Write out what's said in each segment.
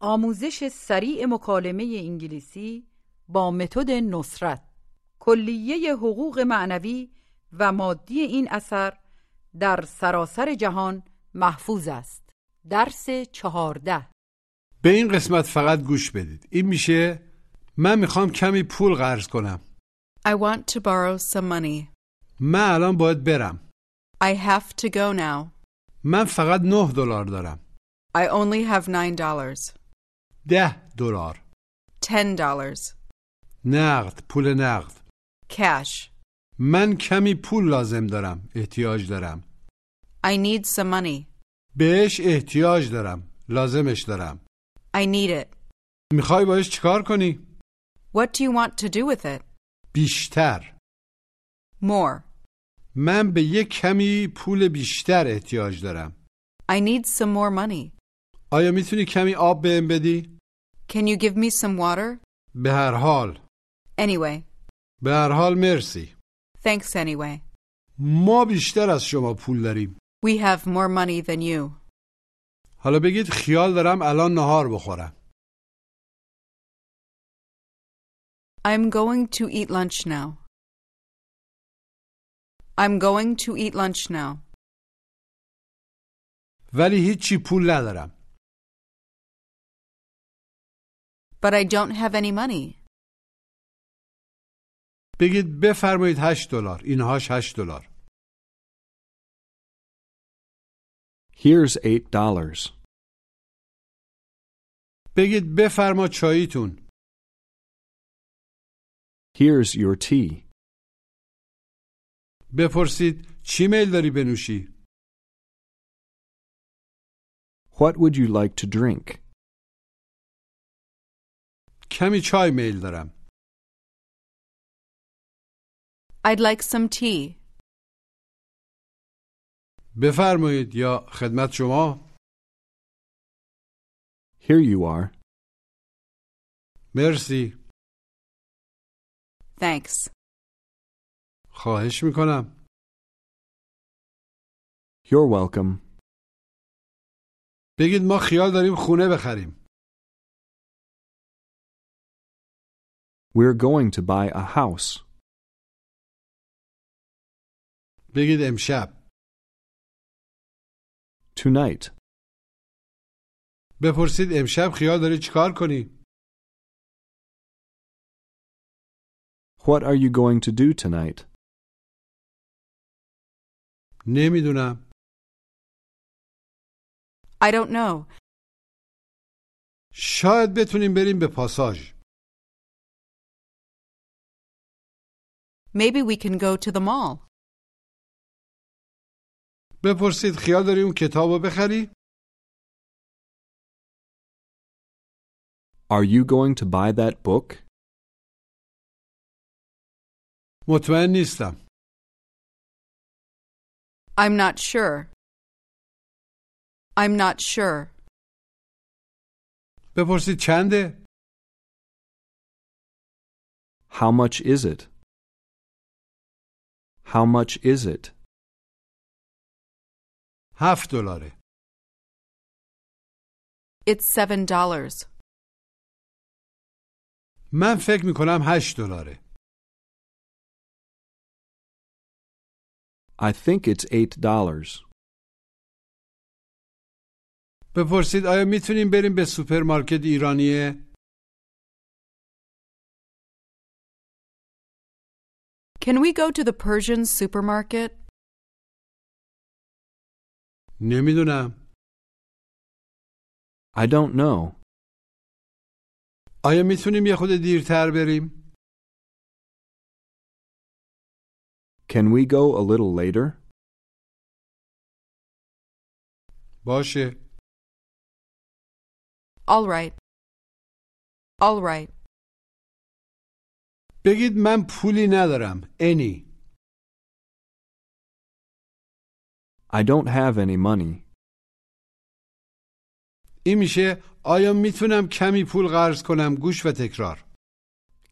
آموزش سریع مکالمه انگلیسی با متد نصرت کلیه حقوق معنوی و مادی این اثر در سراسر جهان محفوظ است درس چهارده به این قسمت فقط گوش بدید این میشه من میخوام کمی پول قرض کنم I want to borrow some money. من الان باید برم I have to go now. من فقط 9 دلار دارم I only have nine dollars. ده دلار Ten dollars. نقد پول نقد Cash. من کمی پول لازم دارم احتیاج دارم I need some money. بهش احتیاج دارم لازمش دارم I need it. میخوای باش چیکار کنی What do you want to do with it? بیشتر More. من به یک کمی پول بیشتر احتیاج دارم I need some more money. آیا میتونی کمی آب بهم بدی Can you give me some water? به هر حال Anyway. به هر حال مرسی Thanks anyway. ما بیشتر از شما پول داریم We have more money than you. حالا بگید خیال دارم الان نهار بخورم I'm going to eat lunch now. I'm going to eat lunch now. ولی هیچی پول ندارم But I don't have any money. بگید بفرمایید 8 دلار اینهاش 8 دلار Here's eight dollars. بگید بفرما چاییتون Here's your tea. بپرسید چی میل داری بنوشی What would you like to drink? کمی چای میل دارم I'd like some tea. بفرمایید یا خدمت شما Here you are. مرسی Thanks. خواهش میکنم You're welcome. بگید ما خیال داریم خونه بخریم We're going to buy a house. بگید امشب Tonight. بپرسید امشب خیال داری چیکار کنی What are you going to do tonight? نمیدونم I don't know. شاید بتونیم بریم به پاساژ Maybe we can go to the mall. بپرسید خیال داری اون کتابو بخری Are you going to buy that book? مطمئن نیستم I'm not sure. I'm not sure. بپرسید چنده How much is it? How much is it? هفت دلاره It's seven dollars. من فکر میکنم هشت دلاره I think it's eight dollars. بپرسید آیا میتونیم بریم به سوپرمارکت ایرانیه؟ Can we go to the Persian supermarket? نمیدونم. I don't know. آیا میتونیم یه خود دیرتر بریم؟ Can we go a little later? باشه. All right. All right. بگید من پولی ندارم. انی. I don't have any money. این میشه آیا میتونم کمی پول قرض کنم گوش و تکرار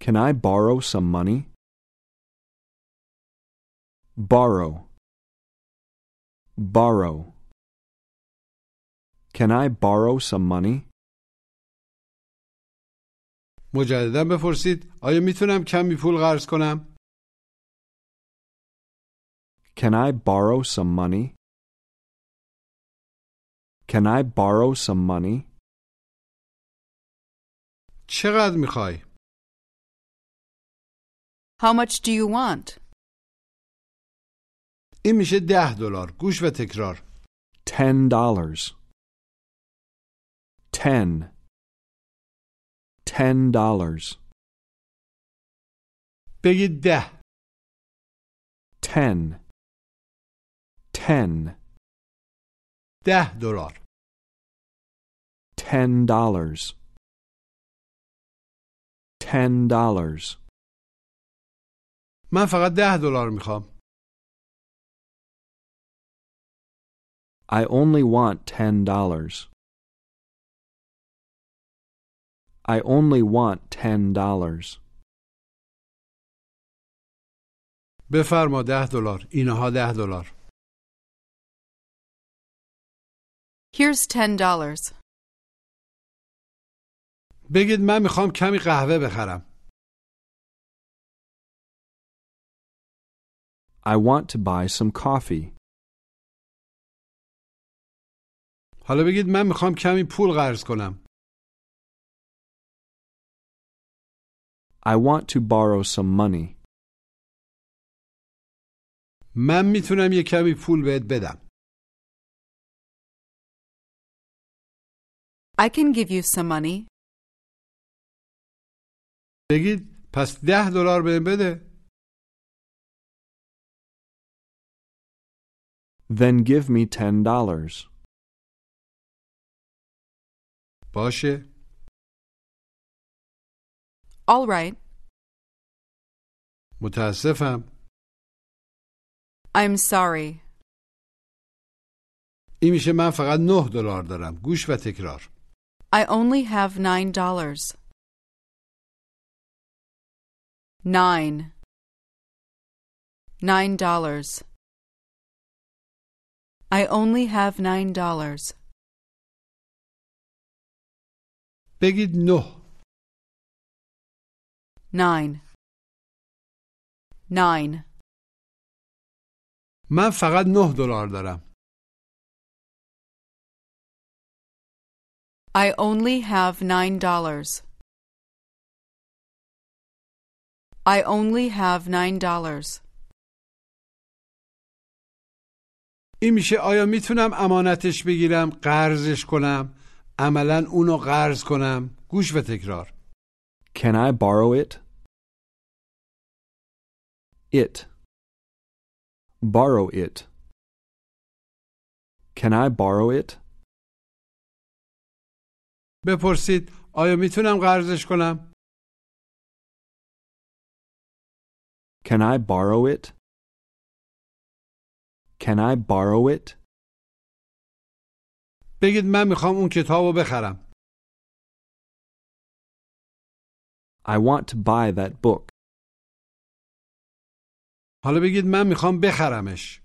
Can I borrow some money? Borrow. Borrow. Can I borrow some money? مجددا بپرسید آیا میتونم کمی پول قرض کنم Can I borrow some money? Can I borrow some money? چقدر میخوای How much do you want? این میشه ده دلار گوش و تکرار Ten dollars. Ten. Ten dollars. بگید ده Ten. Ten. ده دلار Ten dollars. Ten dollars. من فقط ده دلار میخوام I only want ten dollars. I only want ten dollars. بفرما ده دلار اینها ده دلار Here's $10. بگید من میخوام کمی قهوه بخرم I want to buy some coffee. حالا بگید من میخوام کمی پول قرض کنم I want to borrow some money. من میتونم یه کمی پول بهت بدم I can give you some money. بگید پس ده دلار بهم بده Then give me ten dollars. باشه All right. متاسفم I'm sorry. این میشه من فقط نه دلار دارم گوش و تکرار I only have $9. Nine. Nine dollars. I only have nine dollars. بگید نه Nine. Nine. من فقط نه دلار دارم I only have nine dollars. I only have nine dollars. این میشه آیا میتونم امانتش بگیرم قرضش کنم عملا اونو قرض کنم گوش و تکرار Can I borrow it? It. Borrow it. Can I borrow it? بپرسید آیا میتونم قرضش کنم Can I borrow it? Can I borrow it? بگید من میخوام اون کتابو بخرم I want to buy that book. حالا بگید من میخوام بخرمش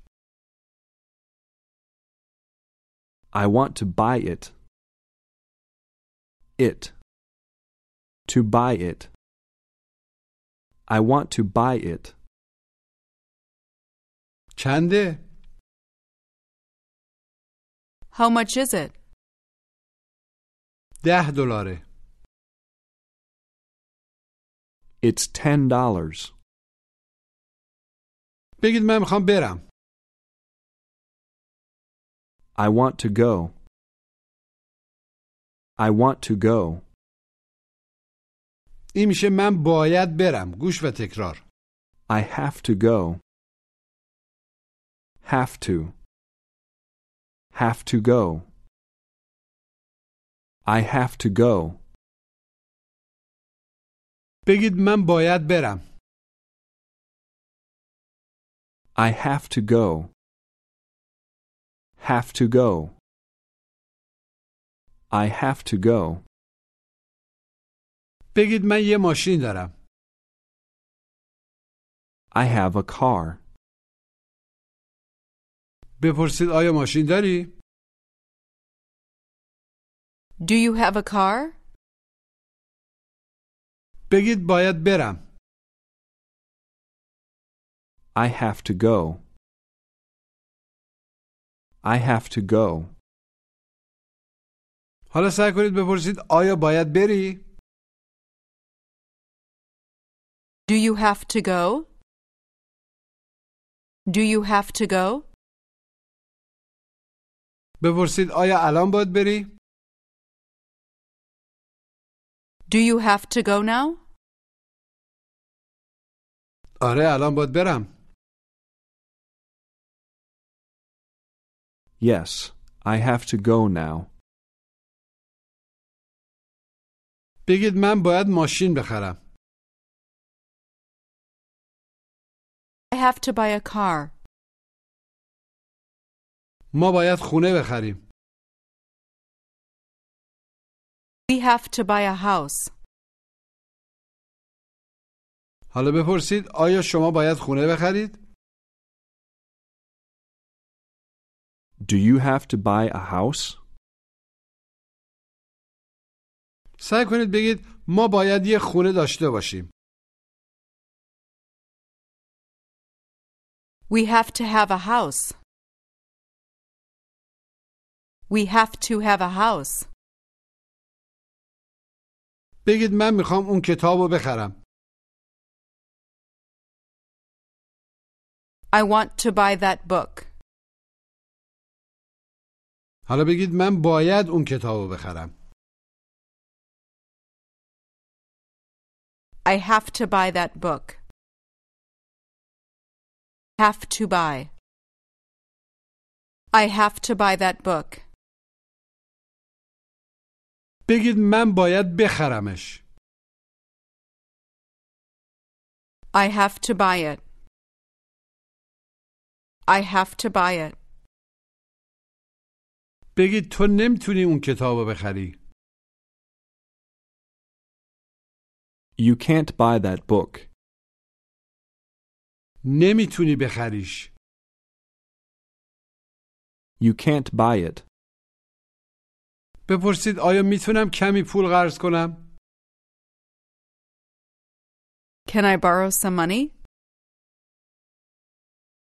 I want to buy it. It. To buy it. I want to buy it. چنده How much is it? ده دلاره It's ten dollars. بگید من میخوام برم I want to go. I want to go. این میشه من باید برم گوش و تکرار I have to go. Have to. Have to go. I have to go. بگید من باید برم I have to go. Have to go. I have to go. بگید من یه ماشین دارم I have a car. بپرسید آیا ماشین داری Do you have a car? بگید باید برم I have to go. I have to go. حالا سعی کنید بپرسید آیا باید بری Do you have to go? Do you have to go? بپرسید آیا الان باید بری Do you have to go now? آره الان باید برم Yes, I have to go now. بگید من باید ماشین بخرم I have to buy a car. ما باید خونه بخریم We have to buy a house. حالا بپرسید آیا شما باید خونه بخرید Do you have to buy a house? سعی کنید بگید ما باید یه خونه داشته باشیم We have to have a house. We have to have a house. بگید من میخوام اون کتاب رو بخرم I want to buy that book. حالا بگید من باید اون کتاب رو بخرم I have to buy that book. Have to buy. I have to buy that book. بگید من باید بخرمش I have to buy it. I have to buy it. بگید تو نمیتونی اون کتاب رو بخری You can't buy that book. نمیتونی بخریش You can't buy it. بپرسید آیا میتونم کمی پول قرض کنم Can I borrow some money?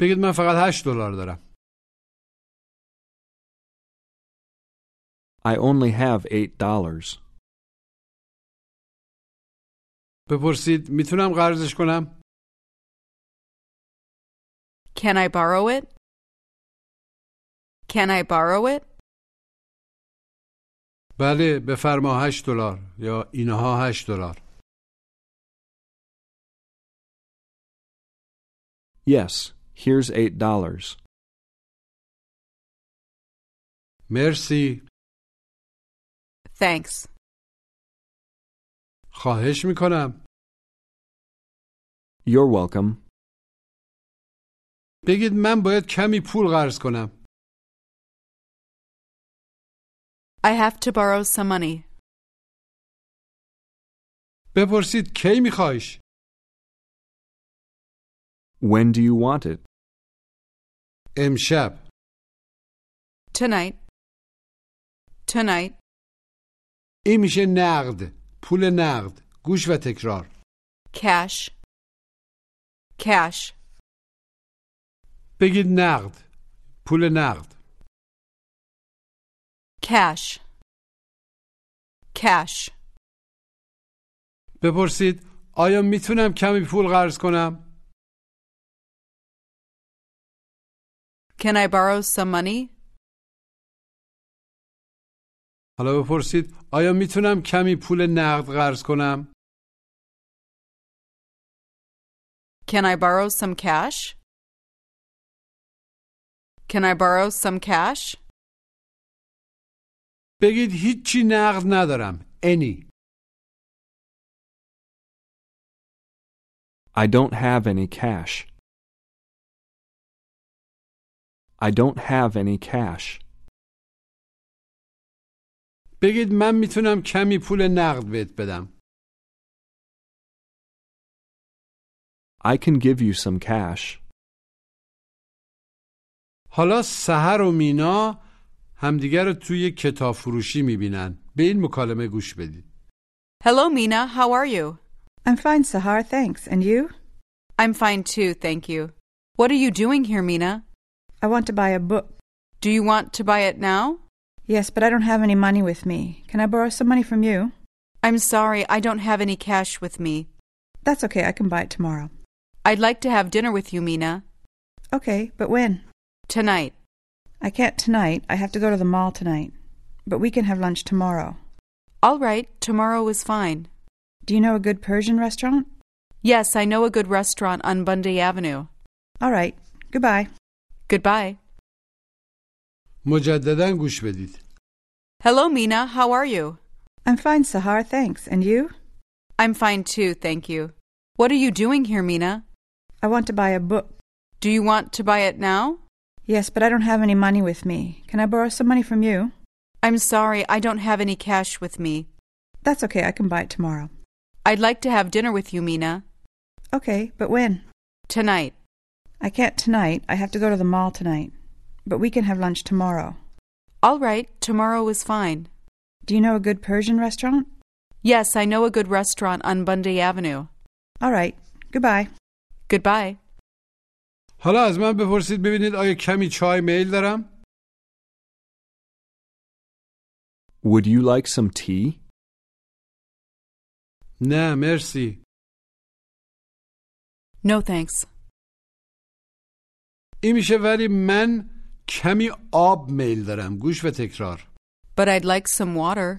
بگید من فقط 8 دلار دارم I only have eight dollars. بپرسید میتونم قرضش کنم Can I borrow it? Can I borrow it? بله بفرما 8 دلار یا اینها 8 دلار Yes, here's eight dollars. مرسی Thanks. خواهش میکنم You're welcome. بگید من باید کمی پول قرض کنم I have to borrow some money. بپرسید کی میخوایش When do you want it? امشب Tonight. Tonight. این میشه نقد پول نقد گوش و تکرار Cash. Cash. بگید نقد پول نقد Cash. cash. بپرسید آیا میتونم کمی پول قرض کنم؟ Can I borrow some money? حالا بپرسید آیا میتونم کمی پول نقد قرض کنم؟ Can I borrow some cash? Can I borrow some cash? بگید هیچی نقد ندارم. any I don't have any cash. I don't have any cash. بگید من میتونم کمی پول نقد بهت بدم. I can give you some cash. حالا سحر و مینا همدیگر رو توی کتاب فروشی میبینن. به این مکالمه گوش بدید. Hello, Mina. How are you? I'm fine, Sahar, thanks. And you? I'm fine too, thank you. What are you doing here, Mina? I want to buy a book. Do you want to buy it now? Yes, but I don't have any money with me. Can I borrow some money from you? I'm sorry, I don't have any cash with me. That's okay, I can buy it tomorrow. I'd like to have dinner with you, Mina, Okay, but when? tonight. I can't tonight. I have to go to the mall tonight. But we can have lunch tomorrow. All right, tomorrow is fine. Do you know a good Persian restaurant? Yes, I know a good restaurant on Bundy Avenue. All right. Goodbye. Goodbye. مجددا گوش بدید. Hello, Mina. How are you? I'm fine, Sahar, thanks. And you? I'm fine too, thank you. What are you doing here, Mina? I want to buy a book. Do you want to buy it now? Yes, but I don't have any money with me. Can I borrow some money from you? I'm sorry, I don't have any cash with me. That's okay, I can buy it tomorrow. I'd like to have dinner with you, Mina, Okay, but when? tonight. I can't tonight. I have to go to the mall tonight. But we can have lunch tomorrow. All right, tomorrow is fine. Do you know a good Persian restaurant? Yes, I know a good restaurant on Bundy Avenue. All right. Goodbye. Goodbye. حالا از من بپرسید ببینید آیا کمی چای میل دارم؟ Would you like some tea? نه مرسی. No thanks. این میشه ولی من کمی آب میل دارم. گوش و تکرار. But I'd like some water.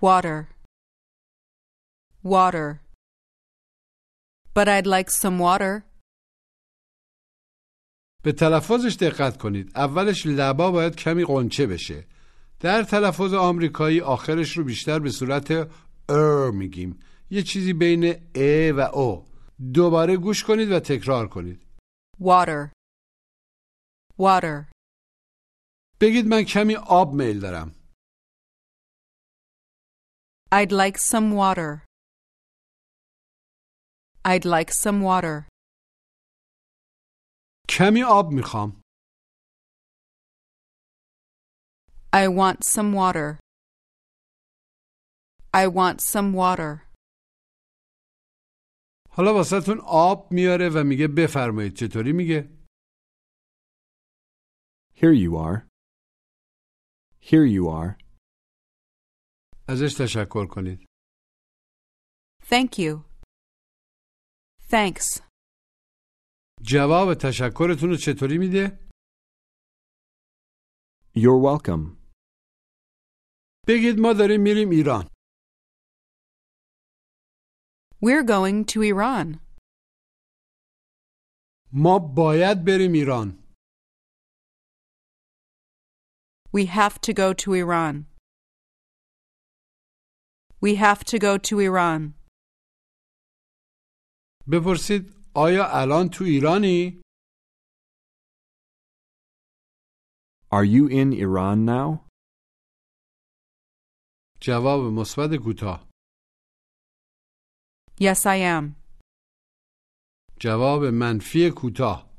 Water. Water. But I'd like some water. به تلفظش دقت کنید. اولش لبا باید کمی قنچه بشه. در تلفظ آمریکایی آخرش رو بیشتر به صورت ار میگیم. یه چیزی بین ا و او. دوباره گوش کنید و تکرار کنید. Water. Water. بگید من کمی آب میل دارم. I'd like some water. I'd like some water. کمی آب میخوام. I want some water. I want some water. حالا واسهتون آب میاره و میگه بفرمایید چطوری میگه؟ Here you are. Here you are. ازش تشکر کنید. Thank you. Thanks. جواب تشکرتون رو چطوری میده؟ You're welcome. بگید ما داریم میریم ایران. We're going to Iran. ما باید بریم ایران. We have to go to Iran. We have to go to Iran. بپرسید آیا الان تو ایرانی؟ Are you in Iran now? جواب مثبت کوتاه Yes, I am. جواب منفی کوتاه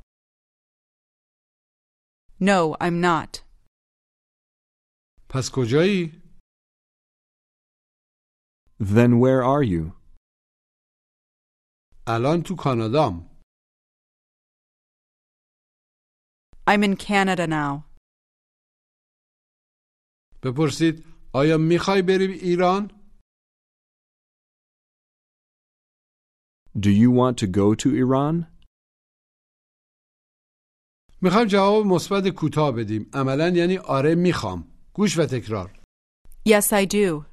No, I'm not. پس کجایی؟ Then where are you? الان تو کانادام I'm in Canada now. بپرسید آیا میخوای بریم ایران؟ Do you want to go to Iran? میخوام جواب مثبت کوتاه بدیم عملا یعنی آره میخوام گوش و تکرار Yes, I do.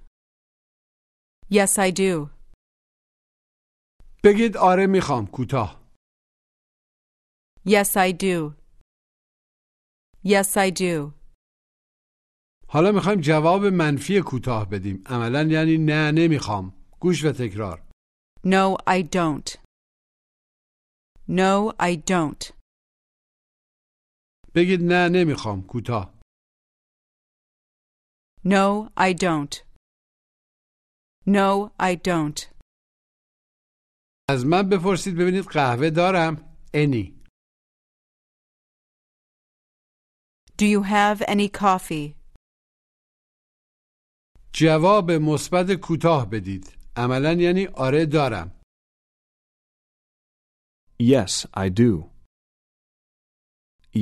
Yes, I do. بگید آره میخوام کوتاه Yes, I do. Yes, I do. حالا میخوایم جواب منفی کوتاه بدیم عملا یعنی نه نمیخوام گوش و تکرار No, I don't. No, I don't. بگید نه نمیخوام کوتاه No, I don't. No, I don't. از من بپرسید ببینید قهوه دارم انی Do you have any coffee? جواب مثبت کوتاه بدید عملا یعنی آره دارم Yes, I do.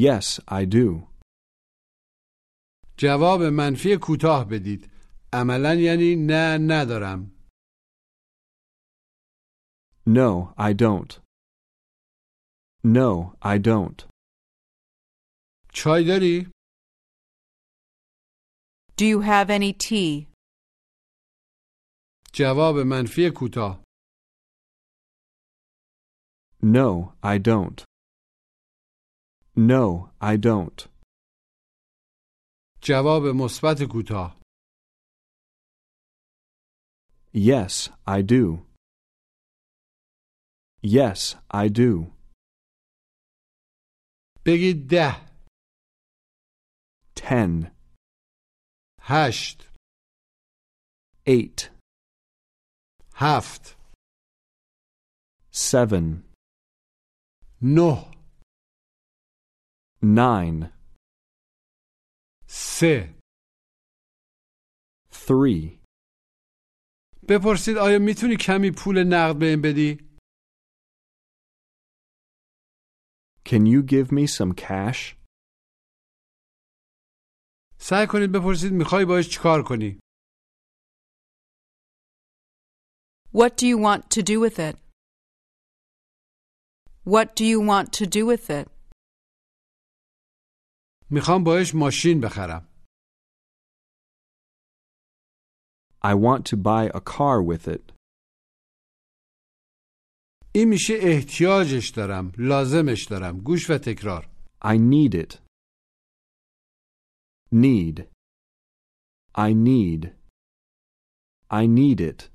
Yes, I do. جواب منفی کوتاه بدید عملا یعنی نه ندارم No, I don't. No, I don't. چای داری Do you have any tea? جواب منفی کوتاه No, I don't. No, I don't. جواب مثبت کوتاه Yes, I do. Yes, I do. بگید ده Ten, هشت eight, هفت seven, نه nine, سه three. بپرسید آیا میتونی کمی پول نقد بهم بدی؟ Can you give me some cash? سعی کنید بپرسید میخوای باش چیکار کنی؟ What do you want to do with it? What do you want to do with it? میخوام باش ماشین بخرم I want to buy a car with it. این میشه احتیاجش دارم لازمش دارم گوش و تکرار I need it. Need. I need. I need it.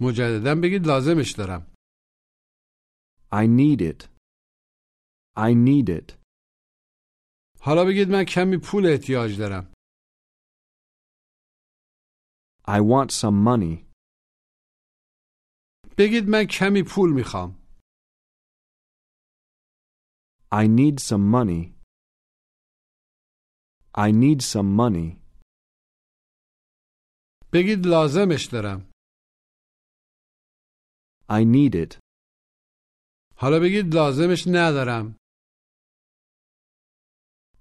مجددا بگید لازمش دارم I need it. I need it. حالا بگید من کمی پول احتیاج دارم I want some money. بگید من کمی پول میخوام I need some money. I need some money. بگید لازمش دارم I need it. حالا بگید لازمش ندارم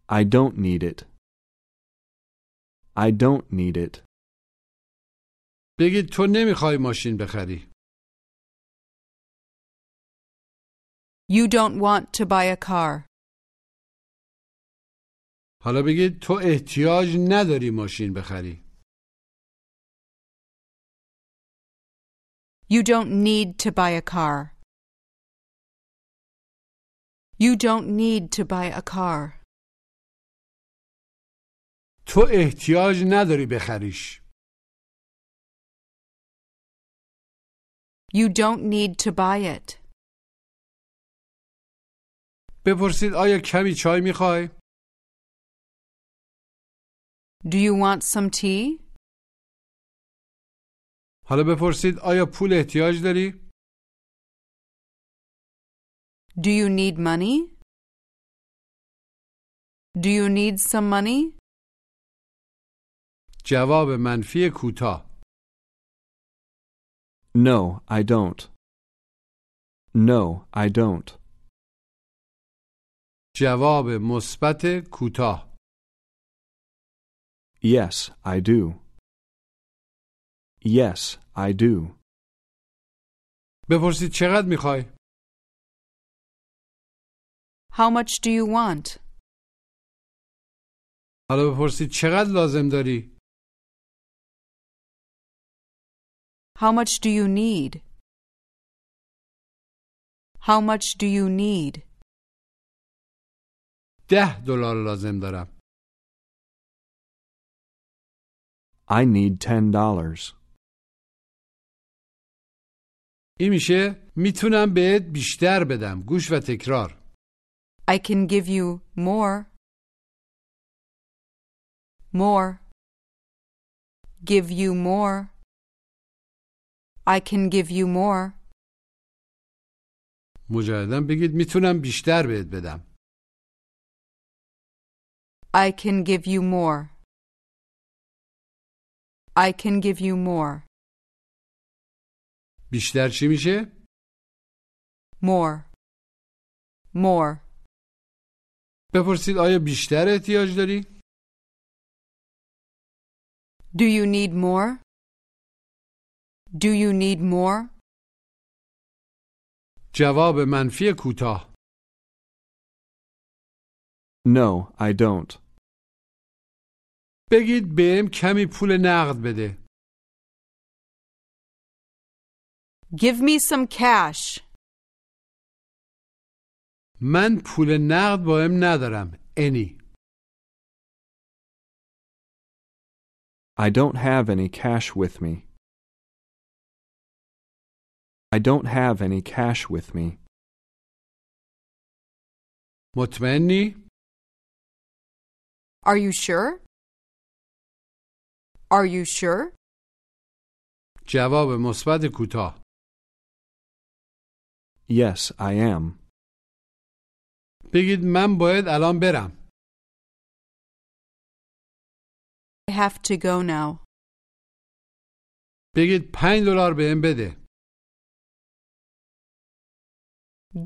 I don't need it. I don't need it. بگید تو نمیخوای ماشین بخری You don't want to buy a car. حالا بگید تو احتیاج نداری ماشین بخری You don't need to buy a car. You don't need to buy a car. تو احتیاج نداری بخریش You don't need to buy it. بپرسید آیا کمی چای میخوای؟ Do you want some tea? حالا بپرسید آیا پول احتیاج داری؟ Do you need money? Do you need some money? جواب منفی کوتاه No, I don't. No, I don't. جواب مثبت کوتاه Yes, I do. Yes, I do. بپرسید چقدر میخوای؟ How much do you want? حالا بپرسید چقدر لازم داری؟ How much do you need? How much do you need? ده دلار لازم دارم. I need ten dollars. این میشه میتونم بهت بیشتر بدم. گوش و تکرار. I can give you more. More. Give you more. I can give you more. مجددا بگید میتونم بیشتر بهت بدم. I can give you more. I can give you more. بیشتر چی میشه؟ More. More. بپرسید آیا بیشتر احتیاج داری؟ Do you need more? Do you need more? جواب منفی کوتاه. No, I don't. بگید بهم کمی پول نقد بده. Give me some cash. من پول نقد با هم ندارم. انی. I don't have any cash with me. I don't have any cash with me. مطمئنی؟ Are you sure? Are you sure? جواب مثبت کوتاه. Yes, I am. بگید من باید الان برم. I have to go now. بگید 5 دلار بهم بده.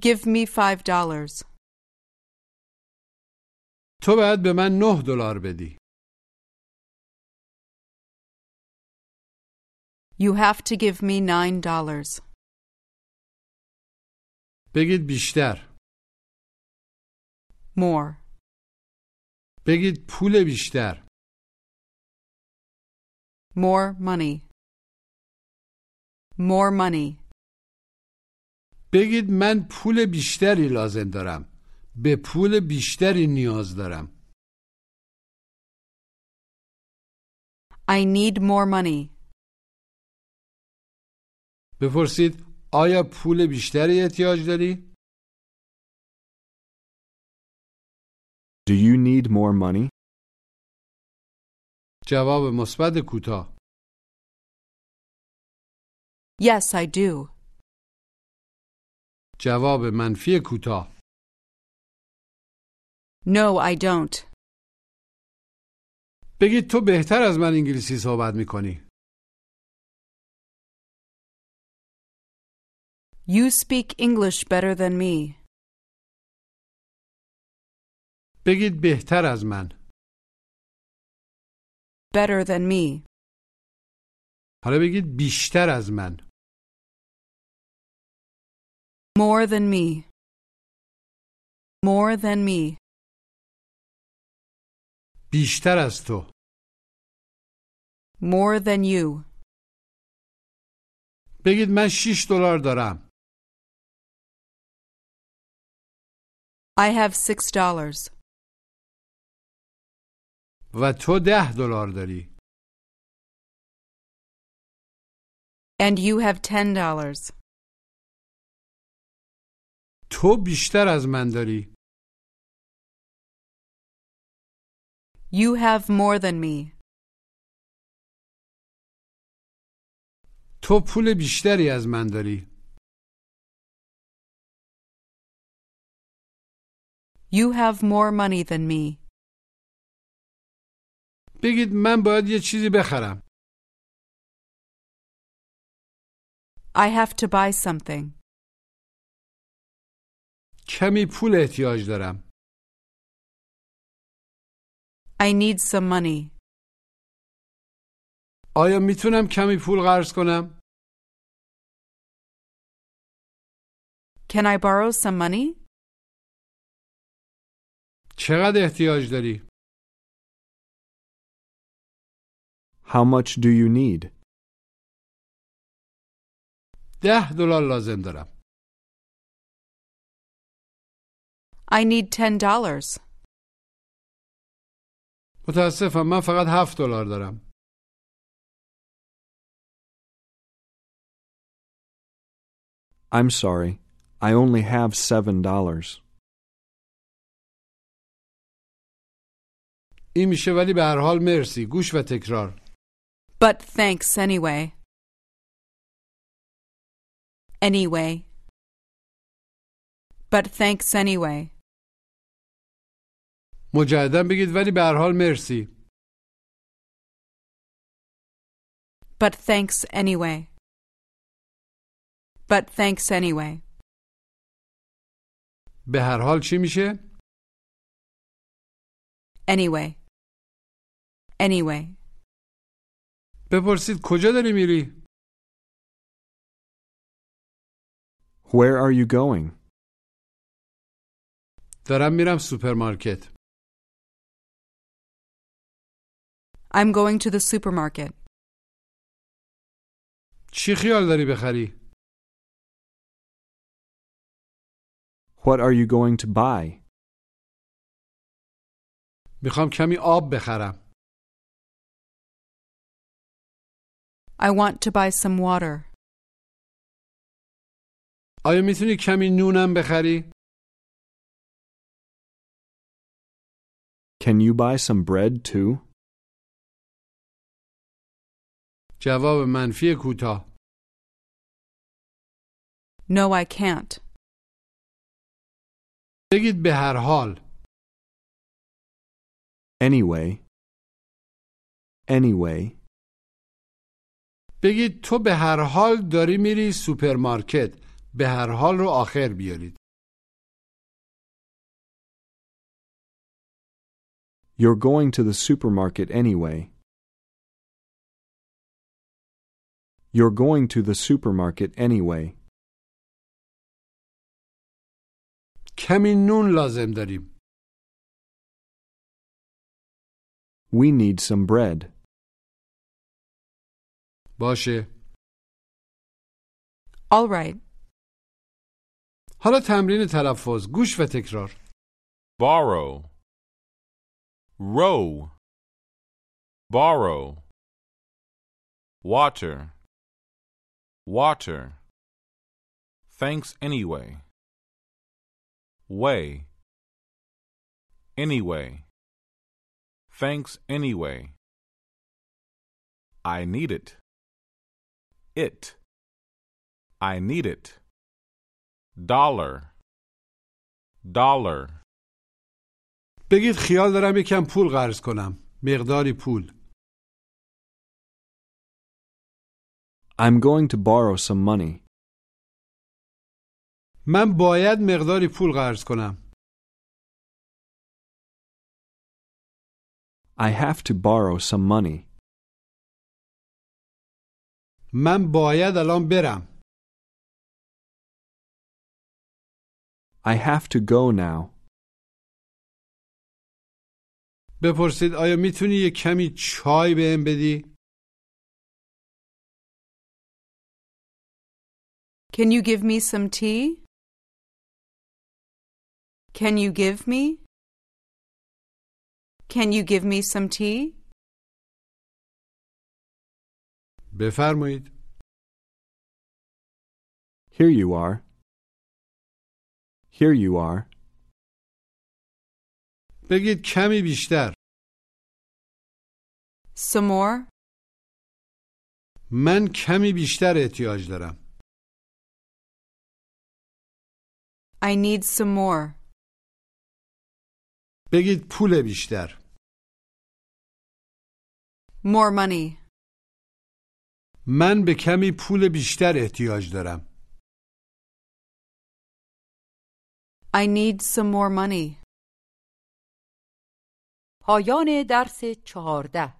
Give me five dollars. تو باید به من 9 دلار بدی. You have to give me nine dollars. بگید بیشتر. More. بگید پول بیشتر. More money. More money. بگید من پول بیشتری لازم دارم. به پول بیشتری نیاز دارم. I need more money. بپرسید آیا پول بیشتری احتیاج داری؟ Do you need more money? جواب مثبت کوتاه. Yes, I do. جواب منفی کوتاه. No, I don't. بگید تو بهتر از من انگلیسی صحبت میکنی. You speak English better than me. بگید بهتر از من. Better than me. حالا بگید بیشتر از من. More than me. More than me. بیشتر از تو. More than you. بگید من 6 دلار دارم. I have six dollars. و تو ده دلار داری And you have ten dollars. تو بیشتر از من داری You have more than me. تو پول بیشتری از من داری You have more money than me. بگید من باید یه چیزی بخرم I have to buy something. کمی پول احتیاج دارم I need some money. آیا میتونم کمی پول قرض کنم؟ Can I borrow some money? چقدر احتیاج داری؟ How much do you need? ده دلار لازم دارم. I need $10. متاسفم من فقط هفت دلار دارم. I'm sorry. I only have seven dollars. این میشه ولی به هر حال مرسی گوش و تکرار But thanks anyway. Anyway. But thanks anyway. مجددا بگید ولی به هر حال مرسی But thanks anyway. But thanks anyway. به هر حال چی میشه Anyway. Anyway. بپرسید کجا داری میری Where are you going? دارم میرم سوپرمارکت I'm going to the supermarket. چی خیال داری بخری What are you going to buy? میخوام کمی آب بخرم I want to buy some water. آیا میتونی کمی نونم بخری Can you buy some bread too? جواب منفی کوتاه No, I can't. بگید به هر حال Anyway. Anyway. بگید تو به هر حال داری میری سوپرمارکت به هر حال رو آخر بیارید You're going to the supermarket anyway. You're going to the supermarket anyway. کمی نون لازم داریم We need some bread. باشه All right. حالا تمرین تلفظ گوش و تکرار borrow, row, borrow, water, water, thanks anyway, way, anyway, thanks anyway, I need it, it, I need it, dollar, dollar. بگید خیال دارم یکم پول قرض کنم مقداری پول I'm going to borrow some money. من باید مقداری پول قرض کنم I have to borrow some money. من باید الان برم I have to go now. بپرسید آیا میتونی یه کمی چای بهم بدی؟ Can you give me some tea? Can you give me? Can you give me some tea? بفرمایید Here you are. Here you are. بگید کمی بیشتر Some more? من کمی بیشتر احتیاج دارم I need some more. بگید پول بیشتر More money. من به کمی پول بیشتر احتیاج دارم I need some more money. پایان درس چهارده